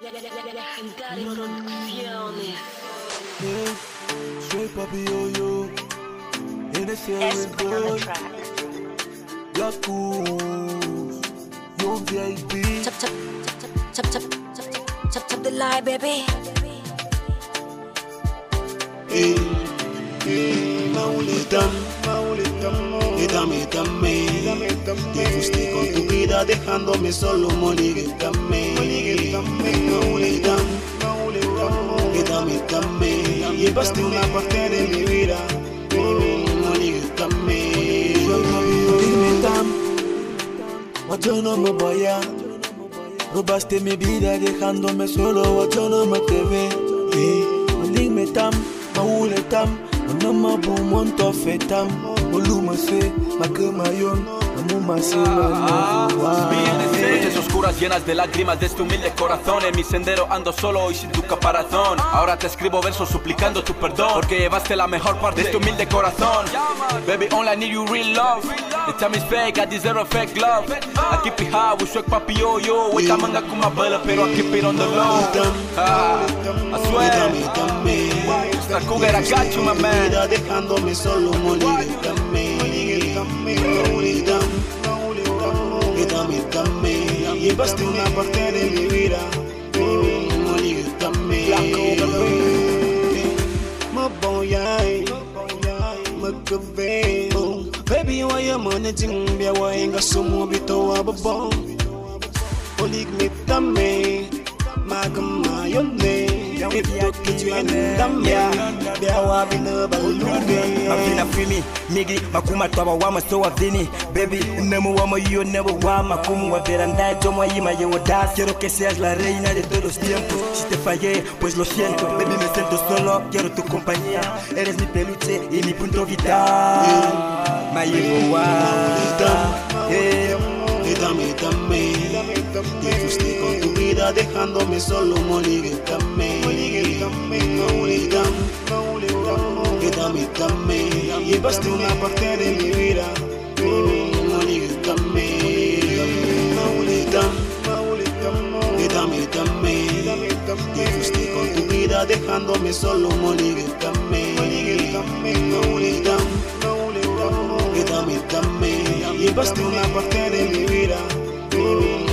Legendarias producciones. Mm. Soy papi yo yo En ese Escuchando alrededor tracks. La cruz Y un VIP chop chop chop chop chop chop chop chop chop the lie, baby. Eh, eh, Maulita Dame, oh. dame Te fuiste con tu vida dejándome solo Molígame oh. Maulita Dame, oh. dame Llevaste una parte de mi vida Molígame Dime tam Yo no me voy a Robaste mi vida dejándome solo, yo no me atreví. Eh, Dime tam, maule tam, anama bumon tofe tam, oluma se, makamayon, amuma se, manyo. Mis Noches oscuras llenas de lágrimas de este humilde corazón En mi sendero ando solo y sin tu caparazón Ahora te escribo versos suplicando tu perdón Porque llevaste la mejor parte de este humilde corazón Baby, all I need you real love The time is fake, I deserve fake love I keep it high, we swag papi yo yo With a manga con my brother, pero I keep it on the low ah, I swear Esta cougar, I got you my man vida dejándome solo molígame Dame, dame Llevaste una parte de mi vida Molígame Me voy a ir Me quedé Baby, why you managing? Bia, why you got so much bit of a bomb? Oligme dame, magma yone. Ito kitwene dambia, bia wabino baluge. Mavina fimi migi makuma twaba wama so wavini baby nemu wama yo nebu wama kumu wa veranda yo mo yima yo das quiero que seas la reina de todos los tiempos si te fallé pues lo siento baby me siento solo quiero tu compañía eres mi peluche y mi punto vital Mayevo wa eh Dame, dame, te fuiste con tu vida dejándome solo, molígame, molígame, dame, dame, llevaste una parte de mi vida, molígame, molígame, dame, dame, te fuiste con tu vida dejándome solo, molígame, molígame, Dame, dame, llevaste una parte de mi vida. Mm,